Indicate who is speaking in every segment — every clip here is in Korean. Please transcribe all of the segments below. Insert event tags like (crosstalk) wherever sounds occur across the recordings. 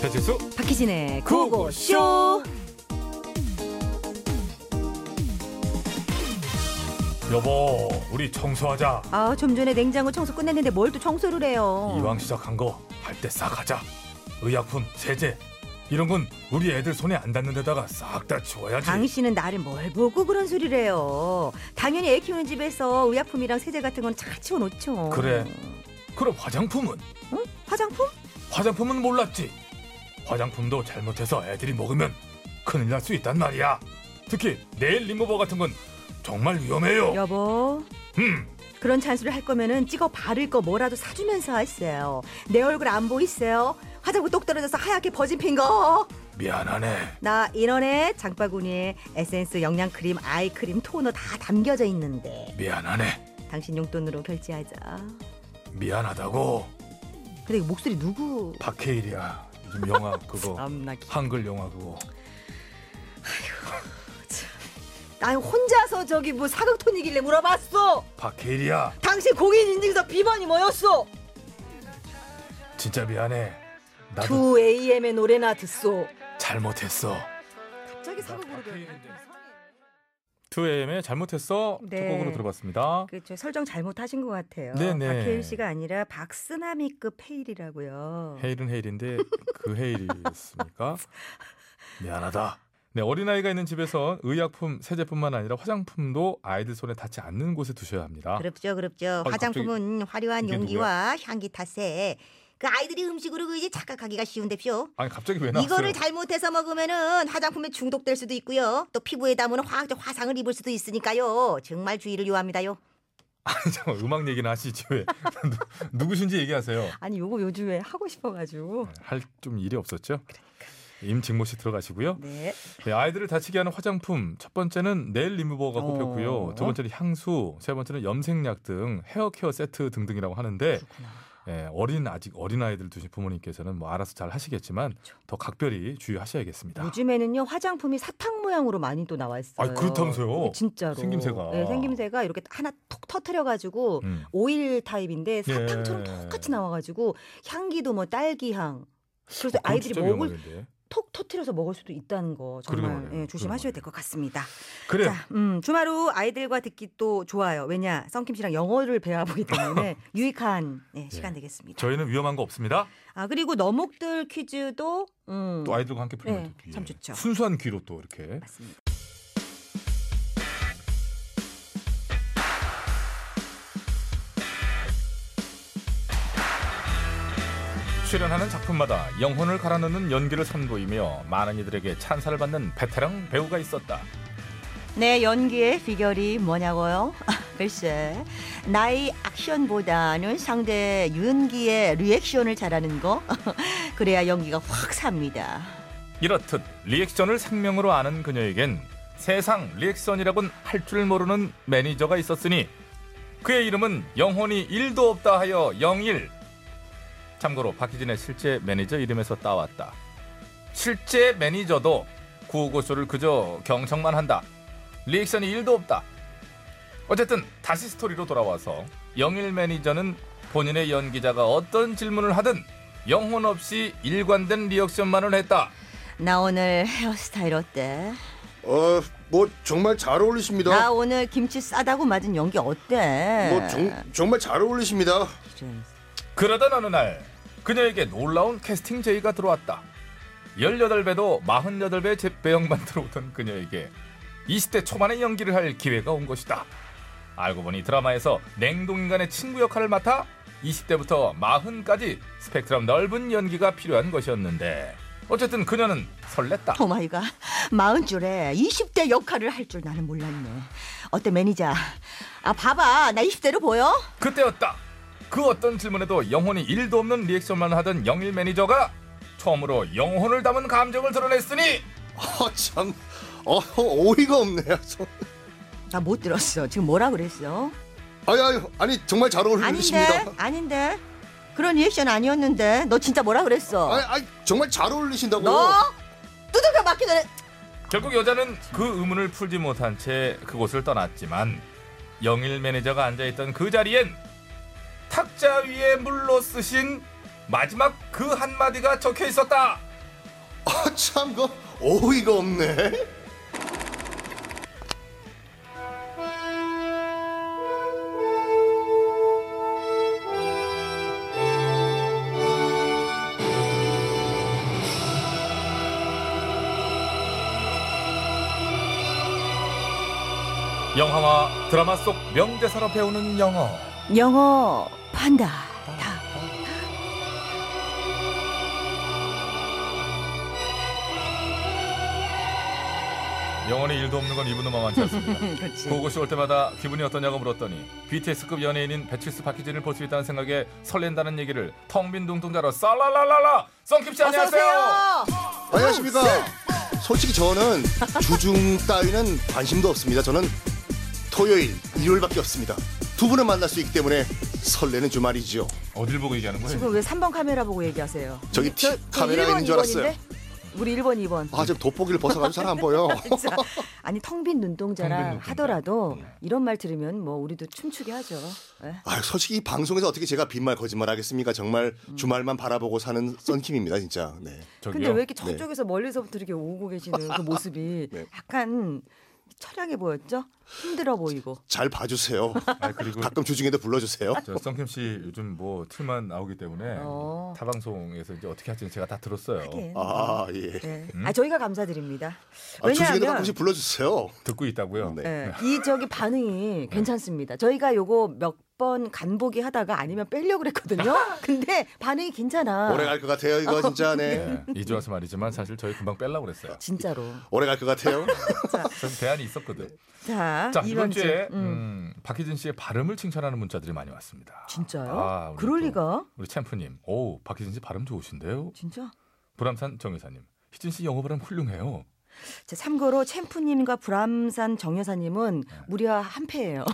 Speaker 1: 배칠수
Speaker 2: 박희진의
Speaker 1: 구호구쇼.
Speaker 2: 구호쇼.
Speaker 1: 여보 우리 청소하자
Speaker 2: 아, 좀 전에 냉장고 청소 끝냈는데 뭘 또 청소를 해요?
Speaker 1: 이왕 시작한 거 할 때 싹 하자 의약품 세제 이런 건 우리 애들 손에 안 닿는 데다가 싹 다 치워야지
Speaker 2: 당신은 나를 뭘 보고 그런 소리를 해요? 당연히 애 키우는 집에서 의약품이랑 세제 같은 건 잘 치워놓죠.
Speaker 1: 그래. 그럼 화장품은
Speaker 2: 응? 화장품?
Speaker 1: 화장품은 몰랐지 화장품도 잘못해서 애들이 먹으면 큰일 날 수 있단 말이야 특히 네일 리무버 같은 건 정말 위험해요
Speaker 2: 여보.
Speaker 1: 음.
Speaker 2: 그런 잔소리 할 거면은 찍어 바를 거 뭐라도 사주면서 하세요. 내 얼굴 안 보이세요? 화장품 똑 떨어져서 하얗게 버진 핀 거.
Speaker 1: 미안하네
Speaker 2: 나 인원에 장바구니에 에센스, 영양크림, 아이크림, 토너 다 담겨져 있는데
Speaker 1: 미안하네
Speaker 2: 당신 용돈으로 결제하자.
Speaker 1: 미안하다고
Speaker 2: 근데 이 목소리 누구?
Speaker 1: 박해일이야 요즘 영화
Speaker 2: (laughs)
Speaker 1: 그거
Speaker 2: 참나 기...
Speaker 1: 한글 영화 그거
Speaker 2: 나 혼자서 저기 뭐 사극톤이길래 물어봤어.
Speaker 1: 박해일이야
Speaker 2: 당신 공인 인증서 비번이 뭐였어?
Speaker 1: 진짜 미안해 나도
Speaker 2: 2 AM의 노래나 듣소.
Speaker 1: 잘못했어
Speaker 2: 아, 갑자기 사극
Speaker 1: 나
Speaker 2: 부르더니
Speaker 1: 박해일인데. 2AM의 잘못했어
Speaker 2: 네.
Speaker 1: 첫 곡으로 들어봤습니다
Speaker 2: 그저 설정 잘못하신 것 같아요.
Speaker 1: 네네.
Speaker 2: 박해일 씨가 아니라 박스나미급 헤일이라고요.
Speaker 1: 헤일은 헤일인데 그
Speaker 2: (laughs)
Speaker 1: 헤일이었습니까? 미안하다. 네, 어린아이가 있는 집에선 의약품, 세제뿐만 아니라 화장품도 아이들 손에 닿지 않는 곳에 두셔야 합니다.
Speaker 2: 그렇죠, 그렇죠.
Speaker 1: 아, 갑자기
Speaker 2: 화장품은 화려한
Speaker 1: 이게
Speaker 2: 용기와 향기 탓에 그 아이들이 음식으로 그 이제 착각하기가 쉬운데요.
Speaker 1: 아니 갑자기 왜 나왔어요?
Speaker 2: 이거를 잘못해서 먹으면은 화장품에 중독될 수도 있고요. 또 피부에 담으는 화학적 화상을 입을 수도 있으니까요. 정말 주의를 요합니다요.
Speaker 1: 아니 (laughs) 잠깐 음악 얘기는 하시지 왜? (laughs) 누- 누구신지 얘기하세요.
Speaker 2: 아니 요거 요즘에 하고 싶어가지고.
Speaker 1: 할 좀 일이 없었죠?
Speaker 2: 그러니까.
Speaker 1: 임직모 씨 들어가시고요.
Speaker 2: 네.
Speaker 1: 네, 아이들을 다치게 하는 화장품 첫 번째는 네일 리무버가 꼽혔고요.
Speaker 2: 어.
Speaker 1: 두 번째는 향수, 세 번째는 염색약 등 헤어 케어 세트 등등이라고 하는데
Speaker 2: 그렇죠.
Speaker 1: 예, 어린 아직 어린 아이들 두신 부모님께서는 뭐 알아서 잘 하시겠지만 더 각별히 주의하셔야겠습니다.
Speaker 2: 그렇죠. 요즘에는요 화장품이 사탕 모양으로 많이 또 나와 있어요. 네,
Speaker 1: 아이, 그렇다면서요?
Speaker 2: 진짜로.
Speaker 1: 생김새가.
Speaker 2: 네, 생김새가 이렇게 하나 톡 터트려가지고
Speaker 1: 음.
Speaker 2: 오일 타입인데 사탕처럼
Speaker 1: 예.
Speaker 2: 똑같이 나와가지고 향기도 뭐 딸기향. 그래서
Speaker 1: 어, 그건
Speaker 2: 아이들이
Speaker 1: 진짜
Speaker 2: 먹을
Speaker 1: 위험하겠는데.
Speaker 2: 톡 터트려서 먹을 수도 있다는 거
Speaker 1: 그러게
Speaker 2: 정말
Speaker 1: 말이에요.
Speaker 2: 예, 조심하셔야
Speaker 1: 그러게
Speaker 2: 될 것 같습니다.
Speaker 1: 그래
Speaker 2: 자, 음, 주말 후 아이들과 듣기 또 좋아요. 왜냐, 썬킴 씨랑 영어를 배워보기
Speaker 1: (laughs)
Speaker 2: 때문에 유익한 예, 시간 되겠습니다.
Speaker 1: 저희는 위험한 거 없습니다.
Speaker 2: 아 그리고 너목들 퀴즈도 음,
Speaker 1: 또 아이들과 함께 풀면
Speaker 2: 네,
Speaker 1: 또 예.
Speaker 2: 참 좋죠.
Speaker 1: 순수한 귀로 또 이렇게
Speaker 2: 맞습니다.
Speaker 1: 출연하는 작품마다 영혼을 갈아넣는 연기를 선보이며 많은 이들에게 찬사를 받는 베테랑 배우가 있었다.
Speaker 2: 내 네, 연기의 비결이 뭐냐고요? (laughs) 글쎄, 나의 액션보다는 상대 연기의 리액션을 잘하는 거. (laughs) 그래야 연기가 확 삽니다.
Speaker 1: 이렇듯 리액션을 생명으로 아는 그녀에겐 세상 리액션이라곤 할 줄 모르는 매니저가 있었으니 그의 이름은 영혼이 1도 없다 하여 영일. 참고로 박희진의 실제 매니저 이름에서 따왔다. 실제 매니저도 구호고쇼를 그저 경청만 한다. 리액션이 1도 없다. 어쨌든 다시 스토리로 돌아와서 영일 매니저는 본인의 연기자가 어떤 질문을 하든 영혼 없이 일관된 리액션만을 했다.
Speaker 2: 나 오늘 헤어스타일 어때?
Speaker 3: 어, 뭐 정말 잘
Speaker 2: 나
Speaker 3: 어울리십니다.
Speaker 2: 오늘 김치 싸다고 맞은 연기 어때?
Speaker 3: 뭐 정, 정말 잘 어울리십니다. (laughs)
Speaker 2: 이런.
Speaker 1: 그러던 어느 날 그녀에게 놀라운 캐스팅 제의가 들어왔다. 18배도 48배의 재배영만 (laughs) 들어오던 그녀에게 20대 초반의 연기를 할 기회가 온 것이다. 알고 보니 드라마에서 냉동인간의 친구 역할을 맡아 20대부터 40까지 스펙트럼 넓은 연기가 필요한 것이었는데 어쨌든 그녀는 설렜다.
Speaker 2: 오마이갓 마흔 줄에 20대 역할을 할 줄 나는 몰랐네 어때 매니저 아 봐봐 나 20대로 보여?
Speaker 1: 그때였다. 그 어떤 질문에도 영혼이 1도 없는 리액션만 하던 영일 매니저가 처음으로 영혼을 담은 감정을 드러냈으니
Speaker 3: 아, 참. 어, 어이가 없네요. 아, 저-
Speaker 2: 나 못 들었어 지금 뭐라 그랬어?
Speaker 3: 아니, 아니, 아니 정말 잘 어울리십니다.
Speaker 2: 아닌데 아닌데 그런 리액션 아니었는데 너 진짜 뭐라 그랬어?
Speaker 3: 아니, 뭐? 아니, 정말 잘 어울리신다고.
Speaker 2: 너 두들겨 맞기 전에
Speaker 1: 결국 여자는 그 의문을 풀지 못한 채 그곳을 떠났지만 영일 매니저가 앉아있던 그 자리엔 탁자 위에 물로 쓰신 마지막 그 한마디가 적혀 있었다.
Speaker 3: 아, 참, 그 어이가 없네.
Speaker 1: 영화와 드라마 속 명대사로 배우는 영어.
Speaker 2: 영어 판다. 다.
Speaker 1: 영혼이 일도 없는 건 이분도 만만치 않습니다.
Speaker 2: (laughs) 그렇지.
Speaker 1: 고고쇼 올 때마다 기분이 어떠냐고 물었더니 BTS급 연예인인 배칠수 박희진을 볼 수 있다는 생각에 설렌다는 얘기를 텅빈 둥둥자로 쌀랄랄랄라 썬킴씨
Speaker 2: 어서
Speaker 1: 안녕하세요.
Speaker 2: 오세요.
Speaker 3: 안녕하십니까.
Speaker 2: 어,
Speaker 3: 솔직히 저는 주중 따위는 관심도 없습니다. 저는 토요일, 일요일밖에 없습니다. 두 분을 만날 수 있기 때문에 설레는 주말이지요.
Speaker 1: 어딜 보고 얘기하는 거예요?
Speaker 2: 지금 왜 3번 카메라 보고 얘기하세요?
Speaker 3: 저기
Speaker 2: 저-
Speaker 3: 티-
Speaker 2: 저
Speaker 3: 카메라가
Speaker 2: 1번,
Speaker 3: 있는 줄 알았어요.
Speaker 2: 2번인데? 우리 1번, 2번.
Speaker 3: 아, 지금 돋보기를 벗어가지고 잘 안 보여.
Speaker 1: (laughs)
Speaker 2: 진짜. 아니 텅 빈 눈동자라
Speaker 1: 텅빈 눈동자.
Speaker 2: 하더라도
Speaker 1: 네.
Speaker 2: 이런 말 들으면 뭐 우리도 춤추게 하죠. 예.
Speaker 3: 아, 솔직히 이 방송에서 어떻게 제가 빈말 거짓말 하겠습니까? 정말
Speaker 2: 음.
Speaker 3: 주말만 바라보고 사는 썬킴입니다, 진짜. 네.
Speaker 1: 저기요.
Speaker 2: 근데 왜 이렇게
Speaker 3: 네.
Speaker 2: 저쪽에서 멀리서부터 이렇게 오고 계시는
Speaker 1: (laughs)
Speaker 2: 그 모습이
Speaker 3: 네.
Speaker 2: 약간 처량해 보였죠? 힘들어 보이고.
Speaker 3: 잘
Speaker 1: (laughs)
Speaker 3: 봐주세요.
Speaker 1: 아, 그리고
Speaker 3: 가끔 주중에도 불러주세요.
Speaker 2: 아, 네.
Speaker 1: 저 썬킴 씨 요즘 뭐 틀만 나오기 때문에
Speaker 2: 어.
Speaker 1: 타 방송에서 이제 어떻게 할지 제가 다 들었어요.
Speaker 2: 하긴.
Speaker 3: 아, 예.
Speaker 2: 네.
Speaker 1: 음?
Speaker 2: 아 저희가 감사드립니다.
Speaker 3: 아, 주중에도
Speaker 2: 왜냐하면
Speaker 3: 가끔씩 불러주세요.
Speaker 1: 듣고 있다고요.
Speaker 3: 네.
Speaker 2: 예, 이 저기
Speaker 1: 네.
Speaker 2: 반응이 괜찮습니다. 저희가 요거 몇 번 간보기 하다가 아니면 빼려고
Speaker 1: (laughs)
Speaker 2: 그랬거든요. 근데 반응이 괜찮아.
Speaker 3: 오래 갈 것 같아요, 이거 진짜. 네.
Speaker 1: 네. 이제 와서 말이지만 사실 저희 금방 뺄라 고 그랬어요.
Speaker 2: 진짜로.
Speaker 3: 오래 갈
Speaker 2: (laughs)
Speaker 3: 것 같아요.
Speaker 1: 전 대안이 있었거든.
Speaker 2: 자,
Speaker 1: 자 이번
Speaker 2: 이번 주.
Speaker 1: 주에
Speaker 2: 음.
Speaker 1: 음, 박희진 씨의 발음을 칭찬하는 문자들이 많이 왔습니다.
Speaker 2: 진짜요?
Speaker 1: 아, 우리
Speaker 2: 그럴
Speaker 1: 또
Speaker 2: 리가?
Speaker 1: 우리 챔프님, 오 박희진 씨 발음 좋으신데요.
Speaker 2: 진짜?
Speaker 1: 불암산 정여사님, 희진 씨 영어 발음 훌륭해요.
Speaker 2: 자, 참고로 챔프님과 불암산 정여사님은
Speaker 1: 네.
Speaker 2: 무려 한 패예요.
Speaker 1: 어.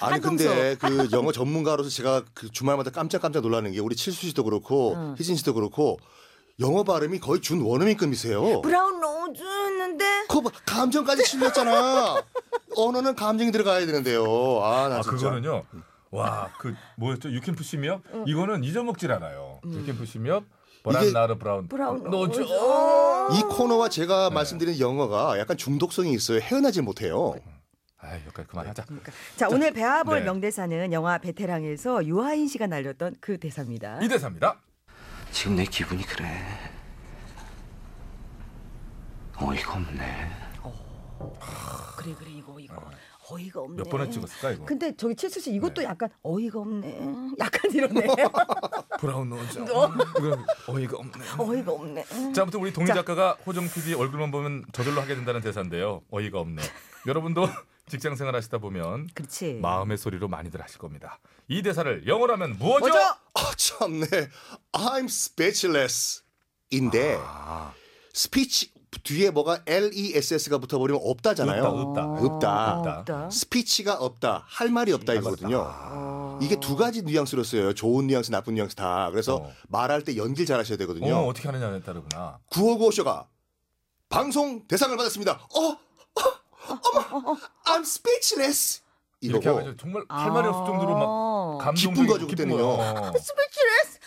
Speaker 3: 아니 근데 그 영어 전문가로서 제가 그 주말마다 깜짝깜짝 놀라는 게 우리 칠수 씨도 그렇고
Speaker 2: 응.
Speaker 3: 희진 씨도 그렇고 영어 발음이 거의 준 원어민급이세요.
Speaker 2: 브라운 로즈였는데
Speaker 3: 그거 봐, 감정까지 실렸잖아.
Speaker 2: (laughs)
Speaker 3: 언어는 감정이 들어가야 되는데요. 아 나
Speaker 1: 아
Speaker 3: 진짜.
Speaker 1: 그거는요. 와 그 뭐였죠? 유캔 푸시미업? 이거는 잊어먹질 않아요. 유캔 푸시미업,
Speaker 3: 이게-
Speaker 1: 버란나르 브라운.
Speaker 2: 브라운
Speaker 1: 노즈. 어.
Speaker 2: 로즈.
Speaker 3: 이
Speaker 1: 음.
Speaker 3: 코너와 제가
Speaker 1: 네.
Speaker 3: 말씀드린 영어가 약간 중독성이 있어요. 헤어나질 못해요.
Speaker 1: 아 여기까지 그만하자.
Speaker 3: 음.
Speaker 2: 자, 오늘 배아볼
Speaker 1: 네.
Speaker 2: 명대사는 영화 베테랑에서 유아인 씨가 날렸던 그 대사입니다.
Speaker 1: 이 대사입니다.
Speaker 4: 지금 내 기분이 그래. 어이가 없네.
Speaker 2: 그래 그래 이거 이거 어이가 없네.
Speaker 1: 몇 번을 찍었을까 이거? 네.
Speaker 2: 근데 저기 칠수 씨 이것도 약간 어이가 없네. 약간
Speaker 1: (laughs)
Speaker 2: 이러네.
Speaker 1: 브라운 노즈. 음, 이건 어이가 없네.
Speaker 2: 어이가 없네.
Speaker 1: 자, 아무튼 우리 동희
Speaker 2: 어. 자.
Speaker 1: 작가가 호정 PD 얼굴만 보면 저절로 하게 된다는 대사인데요. 어이가 없네. 여러분도 (laughs) 직장 생활 하시다 보면
Speaker 2: 그렇지.
Speaker 1: 마음의 소리로 많이들 하실 겁니다. 이 대사를 영어로 하면 뭐죠?
Speaker 2: 뭐죠?
Speaker 3: 아 참네. I'm speechless. 인데
Speaker 1: 아,
Speaker 3: 스피치 뒤에 뭐가 less가 붙어버리면 없다잖아요.
Speaker 1: 없다, 없다.
Speaker 3: 없다.
Speaker 2: 어, 없다.
Speaker 3: 스피치가 없다 할 말이 없다 이거거든요.
Speaker 1: 아.
Speaker 2: 어.
Speaker 3: 이게 두 가지 뉘앙스로 써요. 좋은 뉘앙스, 나쁜 뉘앙스 다. 그래서
Speaker 1: 어.
Speaker 3: 말할 때 연기를 잘 하셔야 되거든요.
Speaker 1: 어, 어떻게 하느냐에 따르구나.
Speaker 3: 구호구호쇼가 방송 대상을 받았습니다. 어, 어, 어머, I'm speechless.
Speaker 1: 이렇게
Speaker 3: 이거고
Speaker 1: 하면 이제 정말 할 말이 없을 정도로 막
Speaker 2: 아.
Speaker 1: 감동적이고
Speaker 3: 기쁜 거죠, 그때는요. 아,
Speaker 1: 어.
Speaker 2: 스피치레스.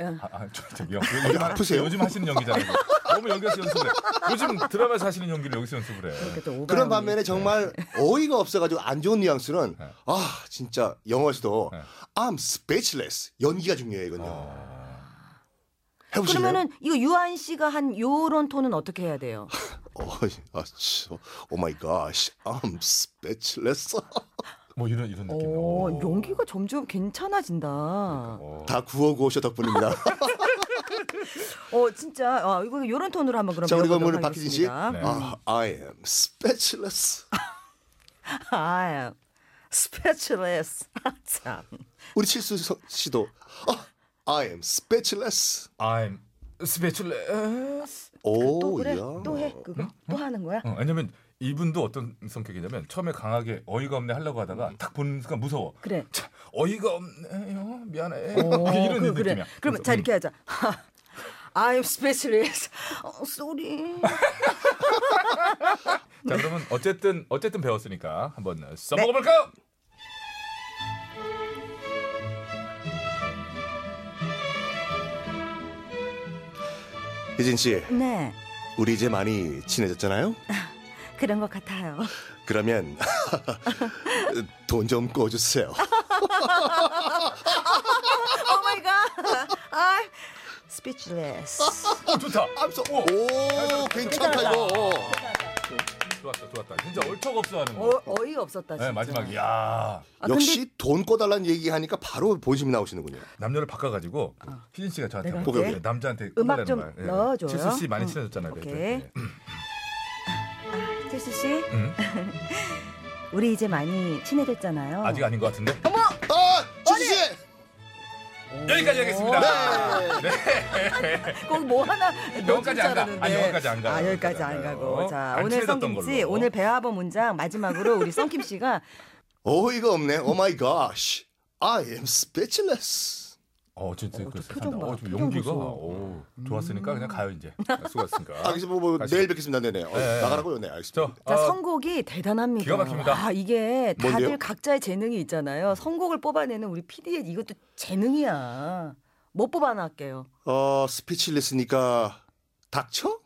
Speaker 1: 아, 아, 저, 저기요. 요즘 하-
Speaker 3: 아프세요?
Speaker 1: 요즘 하시는 연기잖아요. 너무 연기해서 연습을 해. 요즘 드라마에서 하시는 연기를 여기서 연습을 해.
Speaker 2: 그러니까
Speaker 3: 그런 반면에 정말
Speaker 2: 네.
Speaker 3: 어이가 없어가지고 안 좋은 뉘앙스는
Speaker 1: 네.
Speaker 3: 아 진짜 영어에서도
Speaker 1: 네.
Speaker 3: I'm speechless 연기가 중요해요 이거는
Speaker 2: 아.
Speaker 1: 어.
Speaker 3: 해보시면
Speaker 2: 그러면은 이거 유한 씨가 한 요런 톤은 어떻게 해야 돼요?
Speaker 3: 어, 아, 치, 오 마이 갓 I'm speechless
Speaker 2: 어.
Speaker 1: 뭐 이런 이런 느낌.
Speaker 2: 오, 어, 연기가 점점 괜찮아진다.
Speaker 1: 어.
Speaker 3: 다
Speaker 2: (laughs)
Speaker 3: 구호구호쇼 덕분입니다
Speaker 2: 어, 진짜. 어, 이거 요런 톤으로 한번 그럼
Speaker 3: 자, 우리
Speaker 2: 배워보도록
Speaker 3: 건물 박희진 씨.
Speaker 2: 하겠습니다.
Speaker 1: 네.
Speaker 3: 아, I am speechless.
Speaker 2: (laughs) 아, 스페셜리스. (laughs) 아, 참.
Speaker 3: 우리 칠수 서- 씨도 아, I am speechless.
Speaker 1: I'm speechless.
Speaker 3: 오,
Speaker 2: 어, 또 그래?
Speaker 3: 야.
Speaker 2: 또 해? 그거? 또 하는 거야?
Speaker 1: 어, 왜냐면 이분도 어떤 성격이냐면 처음에 강하게 어이가 없네 하려고 하다가 딱 보는 순간 무서워.
Speaker 2: 그래.
Speaker 1: 참, 어이가 없네요. 미안해.
Speaker 2: 어,
Speaker 1: (laughs) 아, 이런
Speaker 2: 그,
Speaker 1: 느낌이야. 음,
Speaker 2: 그래. 그러면 자 이렇게 하자. (laughs) I'm specialist. 어, sorry. 네.
Speaker 1: 자 그러면 어쨌든 어쨌든 배웠으니까 한번 써먹어 볼까요?
Speaker 2: 네.
Speaker 3: 유진 씨,
Speaker 2: 네,
Speaker 3: 우리 이제 많이 친해졌잖아요?
Speaker 2: 그런 것 같아요. (laughs)
Speaker 3: 그러면 (laughs) 돈 좀 꺼주세요.
Speaker 2: 오 마이 갓. 아, 스피치레스.
Speaker 1: 어, 좋다. 오,
Speaker 3: 오, 괜찮다 이거. 어.
Speaker 1: 좋았다, 좋았다. 진짜 얼척 없어 하는 거.
Speaker 2: 어, 어이가 없었다 진짜.
Speaker 1: 네, 마지막. 야
Speaker 2: 아, 근데
Speaker 3: 역시 돈 꺼달라는 얘기하니까 바로 본심이 나오시는군요.
Speaker 1: 남녀를 바꿔가지고 그 희진 씨가 저한테
Speaker 2: 아. 내가
Speaker 1: 한번
Speaker 3: 할게.
Speaker 1: 네, 남자한테
Speaker 2: 음악
Speaker 1: 끝내라는
Speaker 2: 좀
Speaker 1: 말. 예.
Speaker 2: 넣어줘요.
Speaker 1: 칠수 씨 많이
Speaker 2: 응.
Speaker 1: 친해졌잖아요.
Speaker 2: 오케이. 어.
Speaker 1: 그때. 예.
Speaker 2: 칠수 씨,
Speaker 1: 응?
Speaker 2: (laughs) 우리 이제 많이 친해졌잖아요.
Speaker 1: 아직 아닌 것 같은데.
Speaker 3: 아, 주진 씨.
Speaker 1: 여기까지 하겠습니다.
Speaker 2: 네.
Speaker 1: 네.
Speaker 2: 꼭뭐 하나
Speaker 1: 영어까지 안 가.
Speaker 2: 넣어줄 줄
Speaker 1: 아니,
Speaker 2: 알았는데.
Speaker 1: 영어까지 안 가요.
Speaker 2: 아,
Speaker 1: 여기까지
Speaker 2: 여기까지 안
Speaker 1: 안
Speaker 2: 가고.
Speaker 1: 가요.
Speaker 2: 자,
Speaker 1: 안
Speaker 2: 오늘
Speaker 1: 친해졌던
Speaker 2: 성김 씨,
Speaker 1: 걸로.
Speaker 2: 오늘 배화번 문장 마지막으로 우리 성김 씨가
Speaker 3: 어이가 없네. 오 마이 gosh. I am speechless.
Speaker 1: 어, 진짜 그
Speaker 2: 표정 봐, 음.
Speaker 1: 어, 좀
Speaker 2: 표정
Speaker 1: 용기가
Speaker 2: 보소.
Speaker 1: 오, 좋았으니까 그냥 가요 이제. 아,
Speaker 3: 아,
Speaker 1: 수고하셨으니까.
Speaker 3: 그래서 뭐, 뭐
Speaker 1: 다시.
Speaker 3: 내일 뵙겠습니다. 네네. 어,
Speaker 1: 네.
Speaker 3: 나가라고요. 네,
Speaker 1: 저
Speaker 3: 알겠습니다.
Speaker 2: 자,
Speaker 1: 어,
Speaker 2: 선곡이 대단합니다.
Speaker 1: 기가 막힙니다.
Speaker 2: 아, 이게 다들
Speaker 3: 뭔데요?
Speaker 2: 각자의 재능이 있잖아요. 선곡을 뽑아내는 우리 PD의 이것도 재능이야. 못 뽑아놨게요.
Speaker 3: 어, speechless니까 닥쳐?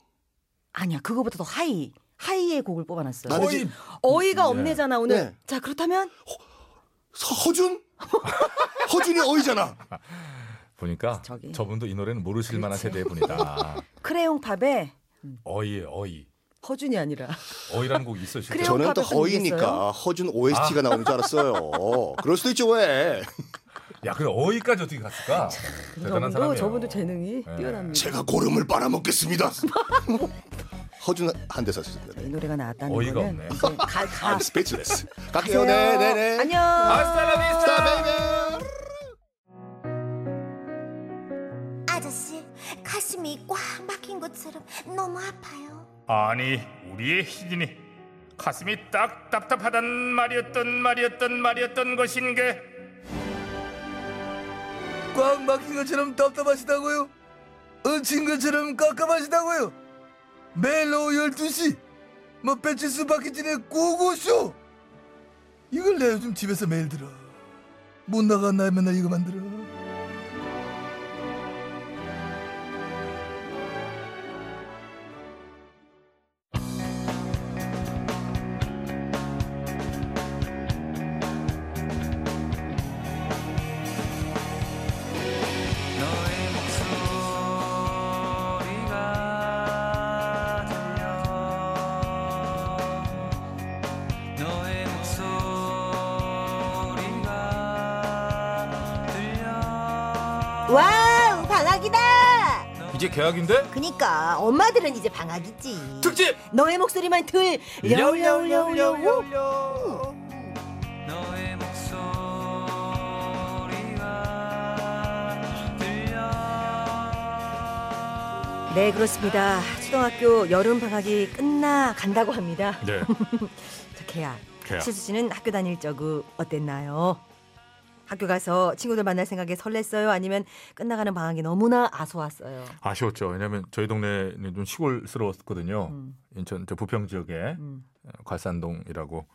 Speaker 2: 아니야, 그거보다 더 하이. 하이의 곡을 뽑아놨어요.
Speaker 3: 나는
Speaker 1: 거의
Speaker 2: 어이가
Speaker 1: 네.
Speaker 2: 없네잖아 오늘.
Speaker 3: 네.
Speaker 2: 자 그렇다면
Speaker 3: 서- 허준? 허준이 어이잖아.
Speaker 1: 보니까
Speaker 2: 저기.
Speaker 1: 저분도이 노래는 모르실 만한
Speaker 2: 그렇지.
Speaker 1: 세대의
Speaker 2: (laughs)
Speaker 1: 분이다.
Speaker 2: 크레용 팝에
Speaker 1: 어이, 어이,
Speaker 2: 허준이 아니라
Speaker 1: 어이라는 곡이 있어 진짜.
Speaker 2: 그래요?
Speaker 3: 저는 또
Speaker 2: 팝에서 이겼어요?
Speaker 3: 허이니까 허준
Speaker 1: 아.
Speaker 3: OST가 나오는 줄 알았어요. 그럴 수도 있죠
Speaker 1: (laughs)
Speaker 3: 왜?
Speaker 1: 야, 그래 어이까지 어떻게 갔을까? 대단한
Speaker 2: 저분도
Speaker 1: 사람이에요.
Speaker 2: 저분도 재능이
Speaker 1: 예.
Speaker 2: 뛰어납니다.
Speaker 3: 제가 고름을 빨아먹겠습니다. (laughs) 허준 한 대 사셨습니다.
Speaker 2: 이 노래가 나왔다는
Speaker 1: 어이가
Speaker 2: 거는
Speaker 1: 없네. 아,
Speaker 2: 이제 가,
Speaker 3: I'm
Speaker 2: 가. (laughs)
Speaker 3: speechless. 갈게요.
Speaker 2: 가세요.
Speaker 3: 네, 네, 네.
Speaker 2: 안녕.
Speaker 1: 아스타라비스타.
Speaker 3: 스타 베이비.
Speaker 5: 아저씨 가슴이 꽉 막힌 것처럼 너무 아파요.
Speaker 6: 아니 우리의 희진이 가슴이 딱 답답하단 말이었던 말이었던 말이었던 것인 게
Speaker 7: 꽉 막힌 것처럼 답답하시다고요? 얹힌 것처럼 깝깝하시다고요? 매일 오후 12시 뭐 배치수 박희진의 고고쇼 이걸 내가 요즘 집에서 매일 들어 못 나간 날 맨날 이거 만들어
Speaker 5: 와우 방학이다.
Speaker 1: 이제 계약인데?
Speaker 5: 그니까 엄마들은 이제 방학이지.
Speaker 1: 특집.
Speaker 2: 너의 목소리만 들. 려려려려려. 네 그렇습니다. 초등학교 여름 방학이 끝나 간다고 합니다.
Speaker 1: 네.
Speaker 2: 자, 개야.
Speaker 1: 개야.
Speaker 2: 칠수 씨는 학교 다닐 적은 어땠나요? 학교 가서 친구들 만날 생각에 설렜어요? 아니면 끝나가는 방학이 너무나 아소웠어요?
Speaker 1: 아쉬웠죠. 왜냐하면 저희 동네는 좀 시골스러웠거든요.
Speaker 2: 음.
Speaker 1: 인천 저 부평 지역에
Speaker 2: 음. (laughs)
Speaker 1: 괄산동이라고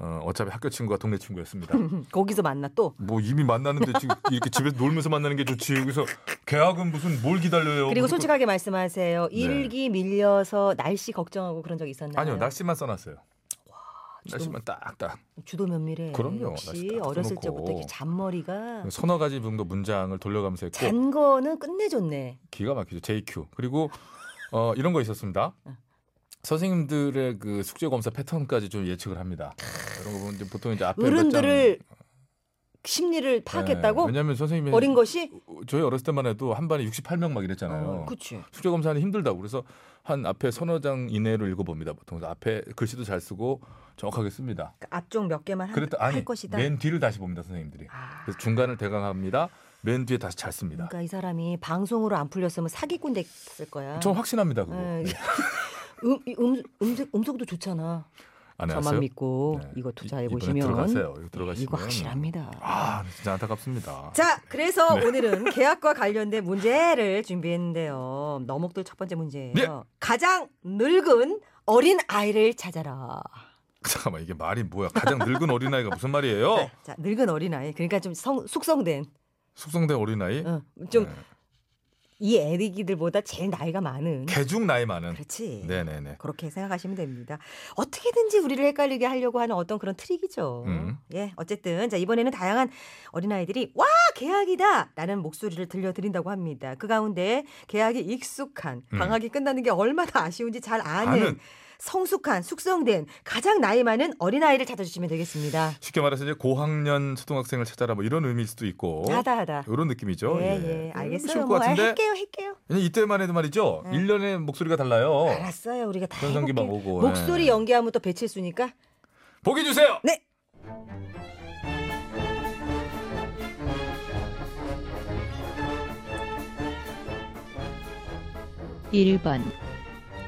Speaker 1: 어, 어차피 학교 친구가 동네 친구였습니다.
Speaker 2: 음. 거기서 만나 또?
Speaker 1: 뭐 이미 만났는데 지금 이렇게 집에서
Speaker 2: (laughs)
Speaker 1: 놀면서 만나는 게 좋지. 여기서 계약은 무슨 뭘 기다려요? 무슨
Speaker 2: 그리고
Speaker 1: 네.
Speaker 2: 솔직하게 말씀하세요. 일기 밀려서 날씨 걱정하고 그런 적 있었나요?
Speaker 1: 아니요 날씨만 써놨어요.
Speaker 2: 지금-
Speaker 1: 날씨만 딱딱
Speaker 2: 주도 면밀해.
Speaker 1: 그럼요. 날씨
Speaker 2: 역시
Speaker 1: 딱
Speaker 2: 어렸을
Speaker 1: 써놓고.
Speaker 2: 때부터 이렇게 잔머리가
Speaker 1: 서너 가지 정도 문장을 돌려가면서 했고
Speaker 2: 네. 잔 거는 끝내줬네.
Speaker 1: 기가 막히죠. JQ 그리고 어, 이런 거 있었습니다.
Speaker 2: 네.
Speaker 1: 선생님들의 그 숙제 검사 패턴까지 좀 예측을 합니다. 이런 거 보면 이제 보통 이제 앞에 몇 장- 네,
Speaker 2: 어른들을 심리를 파악했다고?
Speaker 1: 왜냐하면 선생님이
Speaker 2: 어린 것이?
Speaker 1: 저희 어렸을 때만 해도 한 반에 68명 막 이랬잖아요.
Speaker 2: 어, 그치.
Speaker 1: 숙제 검사는 힘들다고 그래서 한 앞에 서너 장 이내로 읽어봅니다. 보통 그래서 앞에 글씨도 잘 쓰고 정확하게 씁니다.
Speaker 2: 그러니까 앞쪽 몇 개만 한-
Speaker 1: 그랬다 아니
Speaker 2: 할 것이다.
Speaker 1: 맨 뒤를 다시 봅니다 선생님들이.
Speaker 2: 아.
Speaker 1: 그래서 중간을 대강합니다. 맨 뒤에 다시 잘 씁니다.
Speaker 2: 그러니까 이 사람이 방송으로 안 풀렸으면 사기꾼 됐을 거야.
Speaker 1: 전 확신합니다 그거.
Speaker 2: 예.
Speaker 1: 네.
Speaker 2: (laughs) 음, 음, 음색, 음성도 좋잖아.
Speaker 1: 안
Speaker 2: 저만
Speaker 1: 해봤어요?
Speaker 2: 믿고
Speaker 1: 네.
Speaker 2: 이거
Speaker 1: 이-
Speaker 2: 투자해
Speaker 1: 이번에
Speaker 2: 보시면
Speaker 1: 들어가세요. 이거 들어가시면
Speaker 2: 이거 확실합니다.
Speaker 1: 아 진짜 안타깝습니다.
Speaker 2: (laughs) 자, 그래서
Speaker 1: 네.
Speaker 2: 오늘은
Speaker 1: (laughs)
Speaker 2: 계약과 관련된 문제를 준비했는데요. 너목들 첫 번째 문제예요.
Speaker 1: 네.
Speaker 2: 가장 늙은 어린 아이를 찾아라.
Speaker 1: (laughs) 잠깐만 이게 말이 뭐야? 가장 늙은 어린아이가 무슨
Speaker 2: (laughs)
Speaker 1: 말이에요?
Speaker 2: 네. 자, 늙은 어린 아이. 그러니까 좀 성, 숙성된,
Speaker 1: 숙성된 어린아이?
Speaker 2: 어, 좀
Speaker 1: 네.
Speaker 2: 이 애기들보다 제일 나이가 많은.
Speaker 1: 개중 나이 많은.
Speaker 2: 그렇지.
Speaker 1: 네네네.
Speaker 2: 그렇게 생각하시면 됩니다. 어떻게든지 우리를 헷갈리게 하려고 하는 어떤 그런 트릭이죠.
Speaker 1: 음.
Speaker 2: 예, 어쨌든 자 이번에는 다양한 어린아이들이 와 계약이다라는 목소리를 들려드린다고 합니다. 그 가운데 계약이 익숙한
Speaker 1: 음.
Speaker 2: 방학이 끝나는 게 얼마나 아쉬운지 잘 아는,
Speaker 1: 아는.
Speaker 2: 성숙한 숙성된 가장 나이 많은 어린아이를 찾아주시면 되겠습니다.
Speaker 1: 쉽게 말해서 이제 고학년 초등학생을 찾아라 뭐 이런 의미일 수도 있고.
Speaker 2: 하다 하다.
Speaker 1: 이런 느낌이죠.
Speaker 2: 예,
Speaker 1: 예.
Speaker 2: 예, 알겠어요.
Speaker 1: 쉬울 것
Speaker 2: 뭐,
Speaker 8: 네?
Speaker 1: 같은데
Speaker 2: 할게요, 할게요.
Speaker 1: 왜냐면 이때만 해도 말이죠.
Speaker 2: 네.
Speaker 1: 일 1년에 목소리가 달라요.
Speaker 2: 알았어요, 우리가 다
Speaker 1: 전성기만
Speaker 2: 해볼게요.
Speaker 1: 오고, 예.
Speaker 2: 목소리 연기하면 또 배칠수니까
Speaker 1: 보기 주세요.
Speaker 2: 네.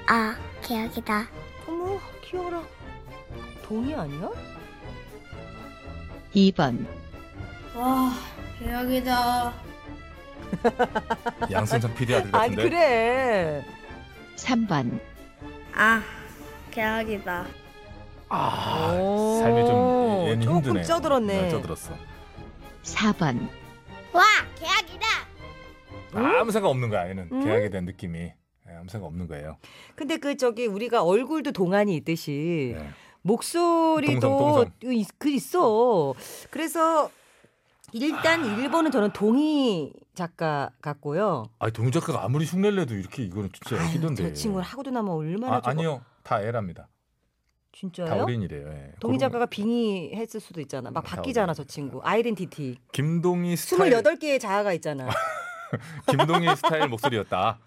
Speaker 8: 아, 계약이다.
Speaker 2: 어머 귀여워라 동이 아니야?
Speaker 1: 네,
Speaker 9: 2번,
Speaker 8: 와, 계약이다.
Speaker 1: 양승찬 PD 아들
Speaker 2: 아니
Speaker 1: 같은데.
Speaker 2: 그래
Speaker 9: 3번,
Speaker 8: 아, 계약이다.
Speaker 1: 아,
Speaker 2: 오,
Speaker 1: 삶이 좀 얘는
Speaker 2: 조금
Speaker 1: 힘드네.
Speaker 2: 쪄들었네. 음?
Speaker 1: 네, 쪄들었어.
Speaker 9: 4번,
Speaker 8: 와, 계약이다.
Speaker 1: 아무 생각 없는 거야. 얘는
Speaker 2: 음?
Speaker 1: 계약에 대한 느낌이 예, 아무 생각 없는 거예요.
Speaker 2: 근데 그 저기 우리가 얼굴도 동안이 있듯이
Speaker 1: 예.
Speaker 2: 목소리도
Speaker 1: 동성,
Speaker 2: 있- 그 있어 그래서 일단
Speaker 1: 아.
Speaker 2: 1번은 저는 동희 작가 같고요
Speaker 1: 아니 동희 작가가 아무리 흉내를 내도 이렇게 이거는 진짜
Speaker 2: 아유,
Speaker 1: 애기던데.
Speaker 2: 저 친구를 하고도 남아 얼마나
Speaker 1: 아,
Speaker 2: 저거-
Speaker 1: 아니요. 다 애랍니다. 다
Speaker 2: 진짜요?
Speaker 1: 어린이래요. 예. 그런-
Speaker 2: 동희 작가가 빙의 했을 수도 있잖아 막
Speaker 1: 다
Speaker 2: 바뀌잖아
Speaker 1: 어린이.
Speaker 2: 저 친구 아이덴티티
Speaker 1: 김동희 스타일
Speaker 2: 28개의 자아가 있잖아
Speaker 1: 김동희 스타일 목소리였다.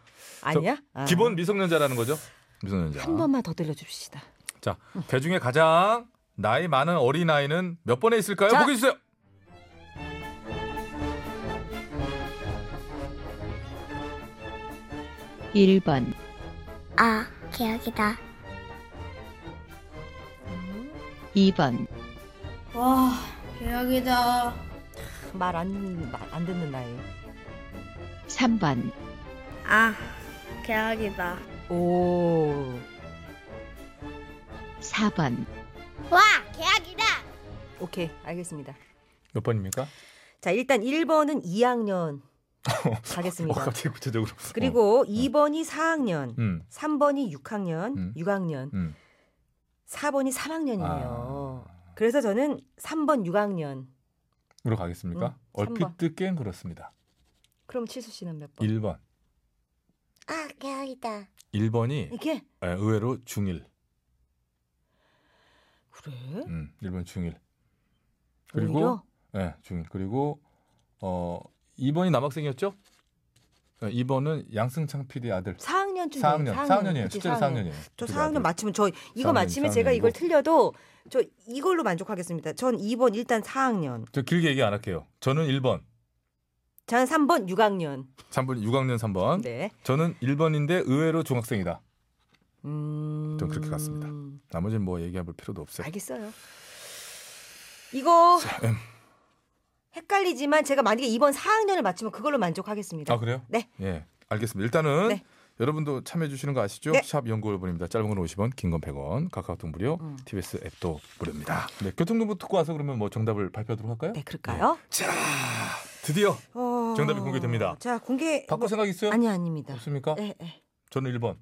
Speaker 2: 아니야? 아.
Speaker 1: 기본 아. 미성년자라는 거죠? 미성년자.
Speaker 2: 한 번만 더 들려줍시다
Speaker 1: 자, 대중에 가장 나이 많은 어린아이는 몇 번에 있을까요?
Speaker 2: 자.
Speaker 1: 보기 주세요.
Speaker 9: 1번,
Speaker 8: 아, 계약이다.
Speaker 9: 2번,
Speaker 8: 와, 계약이다.
Speaker 2: 말안안 안 듣는 나이
Speaker 9: 3번,
Speaker 8: 아, 계약이다.
Speaker 2: 오
Speaker 9: 4번,
Speaker 8: 와, 계약이다.
Speaker 2: 오케이 알겠습니다.
Speaker 1: 몇 번입니까?
Speaker 2: 자 일단 1번은
Speaker 1: (laughs)
Speaker 2: 2학년
Speaker 1: 어,
Speaker 2: 가겠습니다.
Speaker 1: 갑자기 구체적으로.
Speaker 2: 그리고 2번이 4학년,
Speaker 1: 어. 음.
Speaker 2: 3번이 6학년,
Speaker 1: 음.
Speaker 2: 6학년,
Speaker 1: 음.
Speaker 2: 4번이 3학년이에요.
Speaker 1: 아.
Speaker 2: 그래서 저는 3번 6학년.
Speaker 1: 으로 가겠습니까?
Speaker 2: 음, 삼 번.
Speaker 1: 얼핏 듣기엔 그렇습니다.
Speaker 2: 그럼 치수 씨는 몇 번?
Speaker 1: 1번.
Speaker 5: 아, 계약이다.
Speaker 1: 1번이 예,
Speaker 2: 이게
Speaker 1: 의외로 중일.
Speaker 2: 그래?
Speaker 1: 음, 1번 중일. 그리고
Speaker 2: 오히려?
Speaker 1: 예, 중일. 그리고 어 2번이 남학생이었죠? 예, 2번은 양승창 PD 아들.
Speaker 2: 4학년쯤
Speaker 1: 4학년. 4학년이에요. 실제로
Speaker 2: 4학년.
Speaker 1: 4학년이에요.
Speaker 2: 저 4학년 맞추면 저 이거
Speaker 1: 4학년,
Speaker 2: 맞히면 제가 이걸
Speaker 1: 4학년이고.
Speaker 2: 틀려도 저 이걸로 만족하겠습니다. 전 2번 일단 4학년,
Speaker 1: 저 길게 얘기 안 할게요. 저는 1번.
Speaker 2: 저는 3번 6학년.
Speaker 1: 3번 6학년 3번.
Speaker 2: 네.
Speaker 1: 저는 1번인데 의외로 중학생이다.
Speaker 2: 음.
Speaker 1: 전 그렇게 갔습니다. 나머지는 뭐 얘기해 볼 필요도 없어요.
Speaker 2: 알겠어요. 이거
Speaker 1: 음.
Speaker 2: 헷갈리지만 제가 만약에 이번 4학년을 맞추면 그걸로 만족하겠습니다.
Speaker 1: 아, 그래요?
Speaker 2: 네.
Speaker 1: 예. 알겠습니다. 일단은
Speaker 2: 네.
Speaker 1: 여러분도 참여해 주시는 거 아시죠?
Speaker 2: 네.
Speaker 1: 샵 연구월분입니다. 짧은 건 50원, 긴 건 100원. 카카오톡 무료,
Speaker 2: 음.
Speaker 1: TBS 앱도 무료입니다. 네, 교통정보 듣고 와서 그러면 뭐 정답을 발표하도록 할까요?
Speaker 2: 네, 그럴까요?
Speaker 1: 드디어
Speaker 2: 어,
Speaker 1: 정답이 공개됩니다.
Speaker 2: 자, 공개
Speaker 1: 바꿔 생각 있어요?
Speaker 2: 아니 아닙니다.
Speaker 1: 없습니까?
Speaker 2: 네, 네.
Speaker 1: 저는 1번,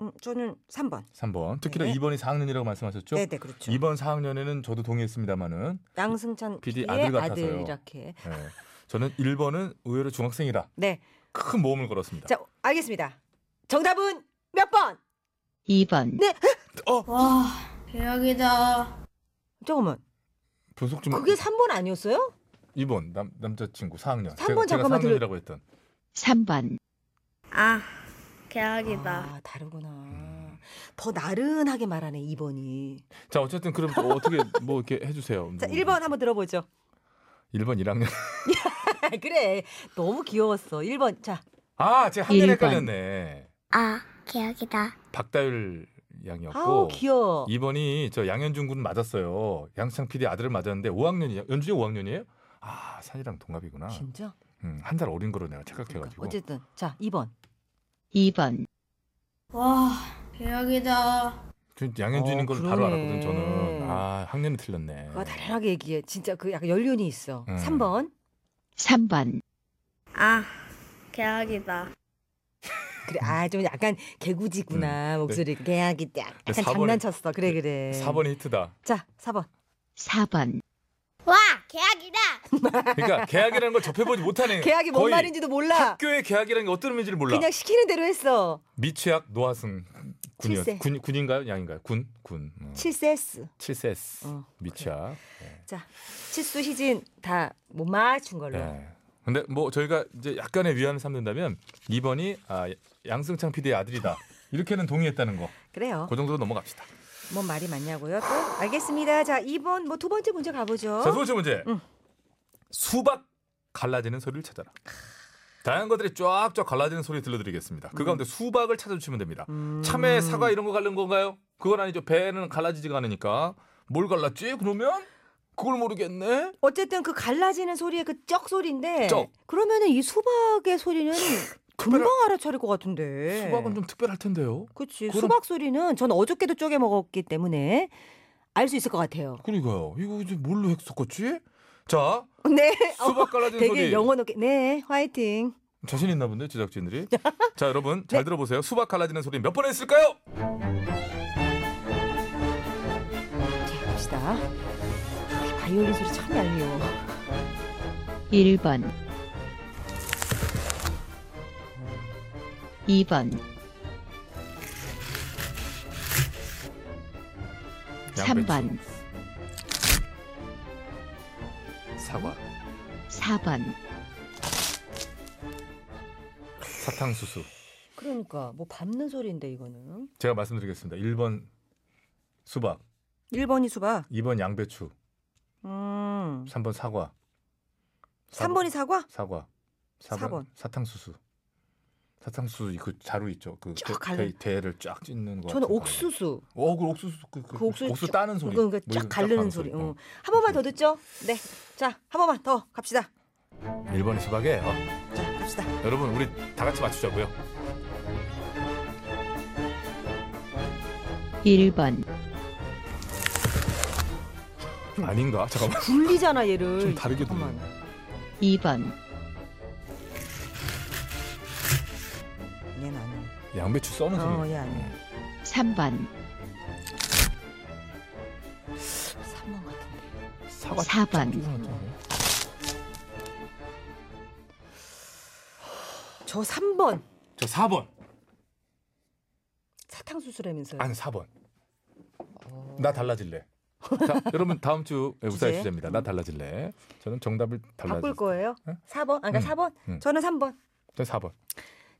Speaker 2: 음, 저는 3번.
Speaker 1: 3번. 특히나
Speaker 2: 네.
Speaker 1: 2번이 4학년이라고 말씀하셨죠?
Speaker 2: 네, 네, 그렇죠.
Speaker 1: 2번 4학년에는 저도 동의했습니다마는
Speaker 2: 양승찬
Speaker 1: PD
Speaker 2: PD의
Speaker 1: 아들
Speaker 2: 아들,
Speaker 1: 같아서요.
Speaker 2: 이렇게.
Speaker 1: 예. 저는 1번은 의외로 중학생이라
Speaker 2: 네.
Speaker 1: 큰 모험을 걸었습니다.
Speaker 2: 자, 알겠습니다. 정답은 몇 번?
Speaker 9: 2번,
Speaker 8: 와, 계약이다.
Speaker 2: 잠깐만.
Speaker 1: 분석 좀
Speaker 2: 그게 3번 아니었어요?
Speaker 1: 2번 남, 남자친구 4학년.
Speaker 2: 삼
Speaker 1: 제가, 제가
Speaker 2: 번 잠깐만 들려-
Speaker 1: 4학년이라고 했던.
Speaker 9: 3번,
Speaker 8: 아, 계약이다.
Speaker 2: 아, 다르구나. 더 나른하게 말하네, 2번이.
Speaker 1: 자 어쨌든 그럼 또 어떻게 뭐 이렇게 해주세요.
Speaker 2: 자, 1번 한번 들어보죠. (laughs)
Speaker 1: 1번 1학년.
Speaker 2: 그래. 너무 귀여웠어. 1번. 자,
Speaker 1: 아 제가 학년
Speaker 9: 일번.
Speaker 1: 헷갈렸네.
Speaker 8: 아, 계약이다.
Speaker 1: 박다율 양이었고.
Speaker 2: 아우 귀여워.
Speaker 1: 2번이 저 양현준 군 맞았어요. 양창 PD 아들을 맞았는데 5학년이에요. 연준이 5학년이에요? 아 산이랑 동갑이구나.
Speaker 2: 진짜? 그러니까
Speaker 1: 음, 한 달 어린 거로 내가 착각해가지고.
Speaker 2: 어쨌든 자 2번.
Speaker 9: 2번,
Speaker 8: 와, 계약이다.
Speaker 1: 그 양현준인
Speaker 2: 어,
Speaker 1: 걸 바로
Speaker 2: 그러네.
Speaker 1: 알았거든 저는. 아 학년이 틀렸네.
Speaker 2: 그거 다양하게 얘기해. 진짜 그 약간 연륜이 있어.
Speaker 1: 음.
Speaker 2: 3번.
Speaker 9: 3번,
Speaker 8: 아, 계약이다.
Speaker 2: 그래.
Speaker 1: 음.
Speaker 2: 아, 좀 약간 개구지구나. 목소리. 개학이 딱.
Speaker 1: 네,
Speaker 2: 약간
Speaker 1: 4번이
Speaker 2: 장난쳤어. 그래, 그래.
Speaker 1: 4번이 히트다.
Speaker 2: 자, 4번.
Speaker 9: 4번
Speaker 5: 와, 계약이다.
Speaker 1: 그러니까 계약이라는 걸 접해보지
Speaker 2: (laughs)
Speaker 1: 못하네.
Speaker 2: 계약이 뭔
Speaker 1: 거의
Speaker 2: 말인지도 몰라.
Speaker 1: 학교의 계약이라는 게 어떤 의미인지를 몰라.
Speaker 2: 그냥 시키는 대로 했어.
Speaker 1: 미취학 노하승 군이었.
Speaker 2: 칠세.
Speaker 1: 군 군인가요? 양인가요? 군 군. 어.
Speaker 2: 7세스.
Speaker 1: 7세스
Speaker 2: 어,
Speaker 1: 미취학.
Speaker 2: 자, 칠수 희진 다 못 맞춘 걸로.
Speaker 1: 예. 근데 뭐 저희가 이제 약간의 위안을 삼는다면 2번이 아, 양승창 PD의 아들이다. 이렇게는 동의했다는 거.
Speaker 2: 그래요.
Speaker 1: 그 정도로 넘어갑시다.
Speaker 2: 뭔 말이 맞냐고요? 또 알겠습니다. 자, 2번 뭐 두 번째 문제 가보죠.
Speaker 1: 자, 두 번째 문제.
Speaker 2: 응.
Speaker 1: 수박 갈라지는 소리를 찾아라. 다양한 것들이 쫙쫙 갈라지는 소리 들려드리겠습니다.
Speaker 2: 음.
Speaker 1: 그 가운데 수박을 찾아주시면 됩니다. 참외, 사과 이런 거 갈른 건가요? 그건 아니죠. 배는 갈라지지가 않으니까. 뭘 갈랐지? 그러면 그걸 모르겠네.
Speaker 2: 어쨌든 그 갈라지는 소리의 그 쩍 소리인데
Speaker 1: 쩍.
Speaker 2: 그러면은 이 수박의
Speaker 1: (laughs)
Speaker 2: 소리는 금방 알아차릴 것 같은데.
Speaker 1: 수박은 좀 특별할 텐데요.
Speaker 2: 그치.
Speaker 1: 그럼-
Speaker 2: 수박 소리는 전 어저께도 쪼개 먹었기 때문에 알 수 있을
Speaker 1: (laughs)
Speaker 2: 것 같아요.
Speaker 1: 그러니까요. 이거 이제 뭘로 핵 섞었지? 자,
Speaker 2: 네.
Speaker 1: 수박 갈라지는
Speaker 2: 되게
Speaker 1: 소리.
Speaker 2: 영어 높게. 네, 화이팅.
Speaker 1: 자신 있나 본데 (laughs) 제작진들이. 자, 여러분 잘 들어보세요. 수박 갈라지는 소리 몇 번 했을까요?
Speaker 2: 자, 봅시다. 이 바이올린 소리 참 얄미워.
Speaker 9: 1번 2번
Speaker 1: 양배추,
Speaker 9: 3번
Speaker 1: 사과,
Speaker 9: 4번
Speaker 1: 사탕수수.
Speaker 2: 그러니까 뭐 밟는 소리인데 이거는.
Speaker 1: 제가 말씀드리겠습니다. 1번 수박,
Speaker 2: 1번이 수박.
Speaker 1: 2번 양배추,
Speaker 2: 음.
Speaker 1: 3번 사과.
Speaker 2: 3번이 사과?
Speaker 1: 사과.
Speaker 2: 사 번.
Speaker 1: 사탕수수. 사탕수수 그 자루 있죠. 그
Speaker 2: 쫙
Speaker 1: 대-
Speaker 2: 갈라-
Speaker 1: 대- 대를 쫙 찢는 거.
Speaker 2: 저는
Speaker 1: 같은 거.
Speaker 2: 옥수수.
Speaker 1: 어, 그 옥수수 그, 그,
Speaker 2: 그 옥수수
Speaker 1: 옥수수
Speaker 2: 쫙-
Speaker 1: 따는 소리.
Speaker 2: 그러니까
Speaker 1: 뭐 이거
Speaker 2: 쫙 갈르는 소리.
Speaker 1: 따는
Speaker 2: 어. 한 번만 더 듣죠? 네. 자, 한 번만 더 갑시다.
Speaker 1: 1번이 어. 수박이에요.
Speaker 2: 자, 갑시다.
Speaker 1: 여러분 우리 다 같이 맞추자고요.
Speaker 9: 1번
Speaker 2: 음.
Speaker 1: 아닌가? 잠깐만.
Speaker 2: 굴리잖아, 얘를.
Speaker 1: 좀 다르게
Speaker 2: 잠깐만.
Speaker 9: 2번
Speaker 2: 얘는 아니야.
Speaker 1: 양배추 써는
Speaker 2: 어,
Speaker 1: 소리. 네.
Speaker 2: 얘 아니야.
Speaker 9: 3번
Speaker 2: 3번 같은데.
Speaker 1: 사과 뭐.
Speaker 9: 4번
Speaker 1: 찢어놨잖아요.
Speaker 2: 저 3번.
Speaker 1: 저 4번.
Speaker 2: 네. 사탕수수라면서요.
Speaker 1: 아니 4번. 나 달라질래. 자, 여러분 다음 주 우사의
Speaker 2: 주제? 음.
Speaker 1: 주제입니다. 나 달라질래. 저는 정답을
Speaker 2: 바꿀
Speaker 1: 달라질
Speaker 2: 거예요?
Speaker 1: 응?
Speaker 2: 4번? 아, 그러니까
Speaker 1: 응,
Speaker 2: 4번?
Speaker 1: 응.
Speaker 2: 저는 3번.
Speaker 1: 저 4번.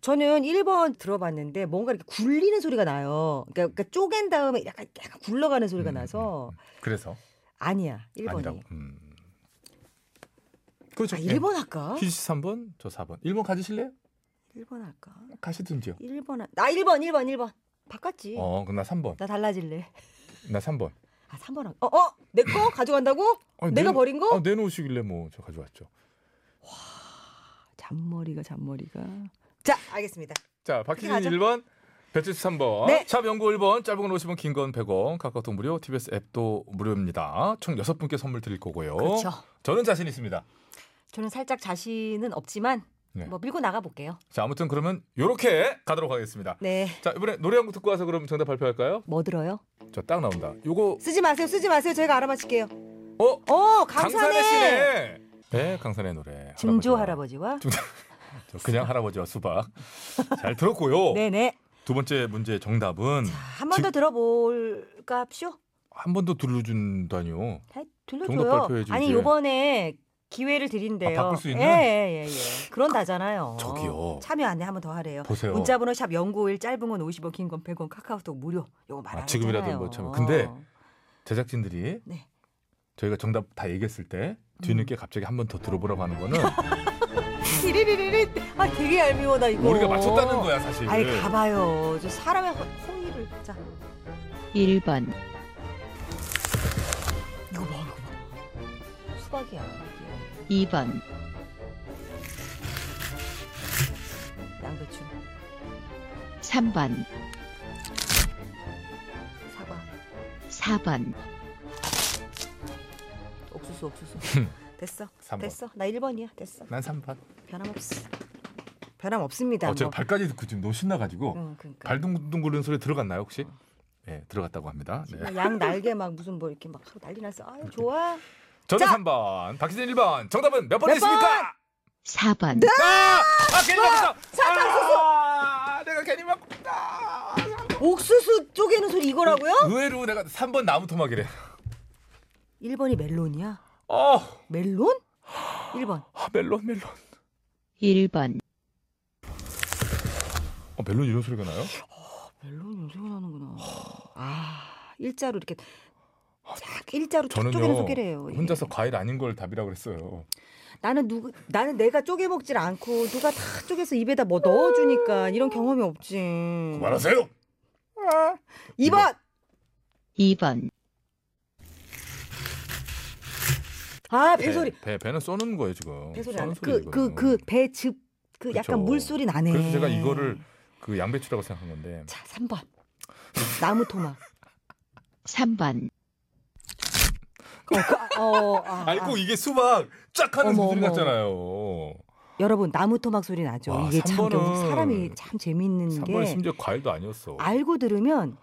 Speaker 2: 저는 1번 들어봤는데 뭔가 이렇게 굴리는 소리가 나요. 그러니까, 그러니까 쪼갠 다음에 약간, 약간 굴러가는 소리가
Speaker 1: 음,
Speaker 2: 나서
Speaker 1: 그래서
Speaker 2: 아니야. 1번이.
Speaker 1: 아니라고. 음. 그렇죠.
Speaker 2: 아, 1번 할까?
Speaker 1: 퀴즈 3번, 저 4번. 1번 가지실래요?
Speaker 2: 1번 할까?
Speaker 1: 가시든지요.
Speaker 2: 1번 할... 나 1번, 1번, 1번. 바꿨지.
Speaker 1: 어, 그럼 나 3번.
Speaker 2: 나 달라질래.
Speaker 1: 나 3번.
Speaker 2: 아, 3번 할 어, 어? 내 거 가져간다고?
Speaker 1: 아니,
Speaker 2: 내가
Speaker 1: 내놓-
Speaker 2: 버린 거?
Speaker 1: 아, 내놓으시길래 뭐 저 가져왔죠.
Speaker 2: 잔머리가 잔머리가. 자, 알겠습니다.
Speaker 1: 자, 박희진
Speaker 2: 가죠.
Speaker 1: 1번, 배치수 3번,
Speaker 2: 네.
Speaker 1: 샵 연구 1번, 짧은 건 50원, 긴 건 100원, 카카오톡 무료, TBS 앱도 무료입니다. 총 6분께 선물 드릴 거고요.
Speaker 2: 그렇죠.
Speaker 1: 저는 자신 있습니다.
Speaker 2: 저는 살짝 자신은 없지만
Speaker 1: 네.
Speaker 2: 뭐 밀고 나가 볼게요.
Speaker 1: 자, 아무튼 그러면 요렇게 가도록 하겠습니다.
Speaker 2: 네.
Speaker 1: 자, 이번에 노래 한 곡 듣고 와서 그럼 정답 발표할까요?
Speaker 2: 뭐 들어요?
Speaker 1: 저 딱 나온다. 요거
Speaker 2: 쓰지 마세요. 쓰지 마세요. 저희가 알아맞힐게요.
Speaker 1: 어,
Speaker 2: 어,
Speaker 1: 강산의
Speaker 2: 강산에
Speaker 1: 시네. 네, 강산의 노래.
Speaker 2: 증조
Speaker 1: 할아버지와
Speaker 2: 할아버지와
Speaker 1: 저 그냥 할아버지와 수박 잘 들었고요.
Speaker 2: (laughs) 네, 네.
Speaker 1: 두 번째 문제 정답은
Speaker 2: 한 번 더 들어볼까쇼?
Speaker 1: 한 번 더 둘러준다니요.
Speaker 2: 다
Speaker 1: 정답
Speaker 2: 들려줘요.
Speaker 1: 발표해야지,
Speaker 2: 아니,
Speaker 1: 이제.
Speaker 2: 요번에 기회를 드린대요.
Speaker 1: 아, 바꿀 수 있는?
Speaker 2: 예, 예, 예. 그런다잖아요.
Speaker 1: 저기요.
Speaker 2: 참여 안내 한번 더 하래요.
Speaker 1: 보세요.
Speaker 2: 문자 번호 샵 0951, 짧은 건 50원, 긴 건 100원, 카카오톡 무료. 요거 말하잖아요.
Speaker 1: 지금이라도 뭐 참여. 근데 제작진들이
Speaker 2: 네. 음.
Speaker 1: 저희가 정답 다 얘기했을 때 뒤늦게 갑자기 한 번 더 들어보라고 하는 (laughs) 거는
Speaker 2: 이리리리리. 아, 되게 얄미워, 나 이거.
Speaker 1: 우리가 맞췄다는 거야 사실.
Speaker 2: 아이, 가봐요. 저 사람의 허- 허위를. 자,
Speaker 9: 1번
Speaker 2: 이거 봐, 이거 봐. 수박이야. 이게.
Speaker 9: 2번
Speaker 2: 양배추,
Speaker 9: 3번
Speaker 2: 사과,
Speaker 9: 4번
Speaker 2: 옥수수, 옥수수. 됐어.
Speaker 1: 삼 번.
Speaker 2: 됐어. 나 1번이야. 됐어.
Speaker 1: 난 3번.
Speaker 2: 변함없어. 변함 없습니다.
Speaker 1: 어, 제가
Speaker 2: 뭐.
Speaker 1: 발까지 듣고 지금 너무 신나가지고
Speaker 2: 응, 그러니까.
Speaker 1: 어, 발둥둥 구르는 소리 들어갔나요 혹시? 네, 들어갔다고 합니다. 네.
Speaker 2: 양 날개 막 무슨 뭐 이렇게 막 하고 난리 났어. 아유 좋아.
Speaker 1: 저는
Speaker 2: 자!
Speaker 1: 3번, 박희진 1번. 정답은 몇 번
Speaker 2: 몇
Speaker 1: 있습니까?
Speaker 9: 4번
Speaker 1: 아! 아, 괜히 맞았어.
Speaker 2: 사탕수수!
Speaker 1: 아, 내가 괜히 맞다.
Speaker 2: 옥수수 쪼개는 소리 이거라고요?
Speaker 1: 의외로 내가 3번 나무 토막이래.
Speaker 2: 1번이 멜론이야.
Speaker 1: 어,
Speaker 2: 멜론? 1번.
Speaker 1: 아, 멜론 멜론.
Speaker 9: 1번
Speaker 1: 어, 멜론 이런 소리가 나요?
Speaker 2: 예. 멜론이 소리 나는구나. 아, 일자로 이렇게 쫙 일자로 쫙 쪼개는
Speaker 1: 저는요.
Speaker 2: 소리를 해요. 이게.
Speaker 1: 혼자서 과일 아닌 걸 답이라고 그랬어요.
Speaker 2: 나는 누구 나는 내가 쪼개 먹질 않고 누가 다 쪼개서 입에다 뭐 넣어 주니까 이런 경험이 없지. 음. 아,
Speaker 1: 말하세요.
Speaker 2: 2번.
Speaker 9: 2번
Speaker 2: 아, 배소리.
Speaker 1: 배, 배는 쏘는 거예요, 지금.
Speaker 2: 배소리
Speaker 1: 쏘는
Speaker 2: 나는
Speaker 1: 네. 소리거든요.
Speaker 2: 그그그배즙그 약간
Speaker 1: 그쵸.
Speaker 2: 물소리 나네.
Speaker 1: 그래서 제가 이거를 그 양배추라고 생각한 건데.
Speaker 2: 자, 3번. 나무 토막.
Speaker 9: 3번
Speaker 2: 어, 그, 어, 아,
Speaker 1: 아니 꼭
Speaker 2: 아.
Speaker 1: 이게 수박 쫙 하는
Speaker 2: 어머,
Speaker 1: 소리
Speaker 2: 어머.
Speaker 1: 같잖아요.
Speaker 2: 여러분 나무 토막 소리 나죠.
Speaker 1: 와,
Speaker 2: 이게 참
Speaker 1: 삼 번은-
Speaker 2: 결국 사람이 참 재밌는
Speaker 1: 3번에
Speaker 2: 게
Speaker 1: 심지어 뭐. 과일도 아니었어.
Speaker 2: 음, 예. 알고 들으면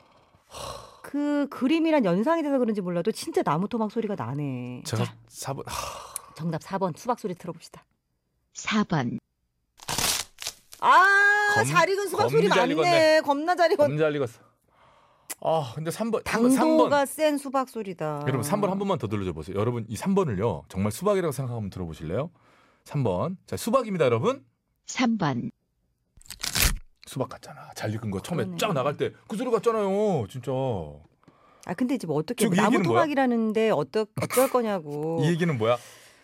Speaker 2: 그 그림이란 연상이 돼서 그런지 몰라도 진짜 나무 토막 소리가 나네.
Speaker 1: 제가
Speaker 2: 자,
Speaker 1: 4번
Speaker 2: 정답 4번 수박 소리 들어봅시다.
Speaker 9: 4번
Speaker 2: 아,
Speaker 1: 검-
Speaker 2: 잘 익은 수박
Speaker 1: 검리
Speaker 2: 소리
Speaker 1: 잘
Speaker 2: 나네.
Speaker 1: 익었네.
Speaker 2: 겁나 잘 익은
Speaker 1: 검잘 익었어. 아 근데 3번 3번
Speaker 2: 당도가 센 수박 소리다.
Speaker 1: 여러분 3번 한 번만 더 들려줘 보세요. 여러분 이 3번을요 정말 수박이라고 생각하면 들어보실래요? 3번 자 수박입니다 여러분.
Speaker 9: 3번
Speaker 1: 수박 같잖아. 잘 익은 거 처음에
Speaker 2: 그러네.
Speaker 1: 쫙 나갈 때 그 소리 같잖아요. 진짜
Speaker 2: 아, 근데 이제 뭐 어떻게
Speaker 1: 지금 이
Speaker 2: 나무
Speaker 1: 얘기는 뭐야?
Speaker 2: 토막이라는데 어떠 어쩔 거냐고.
Speaker 1: 이 얘기는 뭐야?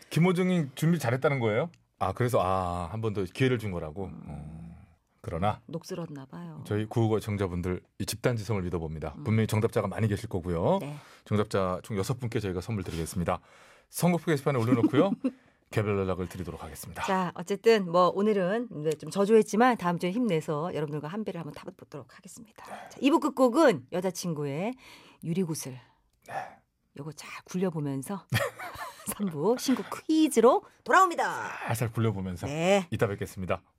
Speaker 1: 김호중이 준비 잘했다는 거예요? 아 그래서 아 한 번 더 기회를 준 거라고. 음, 그러나
Speaker 2: 녹슬었나 봐요.
Speaker 1: 저희 구호고 청자분들 이 집단지성을 믿어봅니다. 분명히 정답자가 많이 계실 거고요.
Speaker 2: 음. 네.
Speaker 1: 정답자 총 여섯 분께 저희가 선물 드리겠습니다. 선곡표 게시판에
Speaker 2: (laughs)
Speaker 1: 올려놓고요. 개별 연락을 드리도록 하겠습니다.
Speaker 2: 자, 어쨌든 뭐 오늘은 네, 좀 저조했지만 다음 주에 힘내서 여러분들과 한 배를 한번 타보도록 하겠습니다.
Speaker 1: 네.
Speaker 2: 자, 2부 끝곡은 여자친구의 유리구슬.
Speaker 1: 네.
Speaker 2: 요거 잘 굴려보면서 (laughs) 3부 신곡 퀴즈로 돌아옵니다.
Speaker 1: 살살 굴려보면서
Speaker 2: 네.
Speaker 1: 이따 뵙겠습니다.